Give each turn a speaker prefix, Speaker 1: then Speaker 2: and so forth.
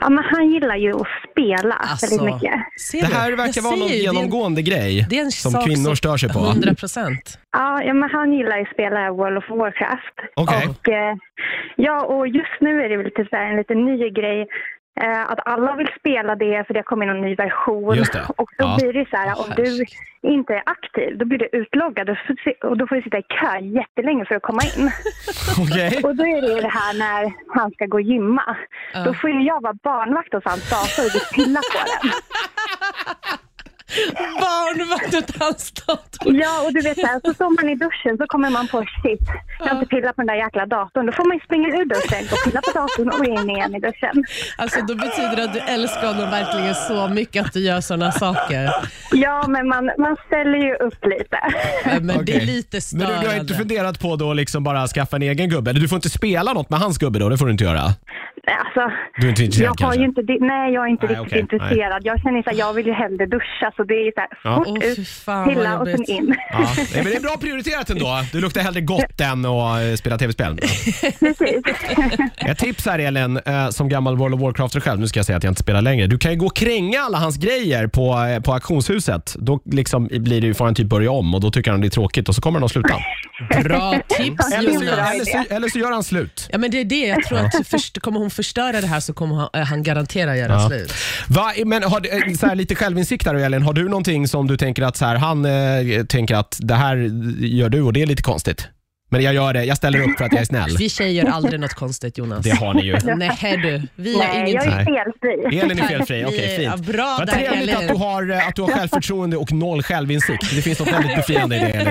Speaker 1: Ja, men han gillar ju att spela
Speaker 2: Alltså,
Speaker 1: väldigt mycket.
Speaker 2: ser
Speaker 3: Det
Speaker 2: du?
Speaker 3: här
Speaker 2: Jag
Speaker 3: verkar vara
Speaker 2: ser
Speaker 3: någon
Speaker 2: ju, det är en-
Speaker 3: genomgående grej
Speaker 2: Det är en
Speaker 3: som
Speaker 2: sak
Speaker 3: kvinnor stör sig på.
Speaker 2: 100 procent.
Speaker 1: Ja, ja, men han gillar ju att spela World of Warcraft.
Speaker 3: Okej.
Speaker 1: Och, eh, ja, och just nu är det väl lite så här en lite ny grej. eh, Att alla vill spela det för det har kommit någon ny version.
Speaker 3: Just det.
Speaker 1: Och då
Speaker 3: Ja.
Speaker 1: blir det så här, om du
Speaker 2: herregud.
Speaker 1: inte är aktiv, då blir du utloggad och så- och då får du sitta i kö jättelänge för att komma in.
Speaker 3: Okej.
Speaker 1: Och då är det ju det här när han ska gå och gymma.
Speaker 2: Ja.
Speaker 1: Då får ju jag vara barnvakt hos hans dator och du pillar på den.
Speaker 2: Barnvakt åt hans dator.
Speaker 1: Ja, och du vet så, här, så står man i duschen så kommer man på shit, jag har inte pillat på den där jäkla datorn. Då får man ju springa ur duschen och pilla på datorn och in igen i duschen.
Speaker 2: Alltså, då betyder det att du älskar honom verkligen så mycket att du gör sådana saker.
Speaker 1: Ja, men man, man ställer ju upp lite.
Speaker 2: Äh, Men det är
Speaker 3: Okej.
Speaker 2: lite
Speaker 3: Men
Speaker 2: störande.
Speaker 3: du, du har inte funderat på då liksom bara skaffa en egen gubbe? Eller Du får inte spela något med hans gubbe då, det får du inte göra.
Speaker 1: Nej, Alltså,
Speaker 3: Du är inte intresserad
Speaker 1: jag har
Speaker 3: kanske?
Speaker 1: ju inte, di- nej, jag är inte
Speaker 3: Nej,
Speaker 1: riktigt
Speaker 3: okej,
Speaker 1: intresserad. Jag känner så här, jag vill ju hellre duscha så det är ju så här,
Speaker 3: Ja.
Speaker 1: fort
Speaker 2: Åh, fy
Speaker 1: ut,
Speaker 2: fan, vad
Speaker 1: pilla och sen
Speaker 2: jobbigt.
Speaker 1: in.
Speaker 3: Ja. Nej, men det är bra prioriterat ändå. Du luktar hellre gott än att eh, spela tv-spel.
Speaker 1: Precis.
Speaker 3: Ett tips här Elin, eh, som gammal World of Warcraft själv, nu ska jag säga att jag inte spelar längre. Du kan ju gå och kränga alla hans grejer på, eh, på auktionshuset. Då liksom blir det ju, får han typ börja om och då tycker han det är tråkigt och så kommer han att sluta.
Speaker 2: Bra tips
Speaker 3: Eller så,
Speaker 2: Jonas.
Speaker 1: bra
Speaker 3: eller, så,
Speaker 1: idé.
Speaker 3: eller så gör han slut.
Speaker 2: Ja, men det är det. Jag tror att först, kommer hon förstöra det här så kommer han, eh, han garantera göra
Speaker 3: Ja.
Speaker 2: slut.
Speaker 3: Va, men har, du- eh, så här, lite självinsikt där Elin, har du någonting som du tänker att så här, han eh, tänker att det här gör du och det är lite konstigt? Men jag gör det, jag ställer upp för att jag är snäll.
Speaker 2: Vi tjejer gör aldrig något konstigt Jonas.
Speaker 3: Det har ni ju.
Speaker 2: Nej du, vi gör
Speaker 1: Nej, jag
Speaker 2: ingenting.
Speaker 3: Nej.
Speaker 1: är felfri.
Speaker 3: Elin är felfri, okej
Speaker 2: Vi-
Speaker 3: fint.
Speaker 2: ja, bra
Speaker 3: Vad
Speaker 2: där
Speaker 3: trevligt
Speaker 2: Elin.
Speaker 3: att du, har, eh, att du har självförtroende och noll självinsikt. Det finns något väldigt befriande i det Elin.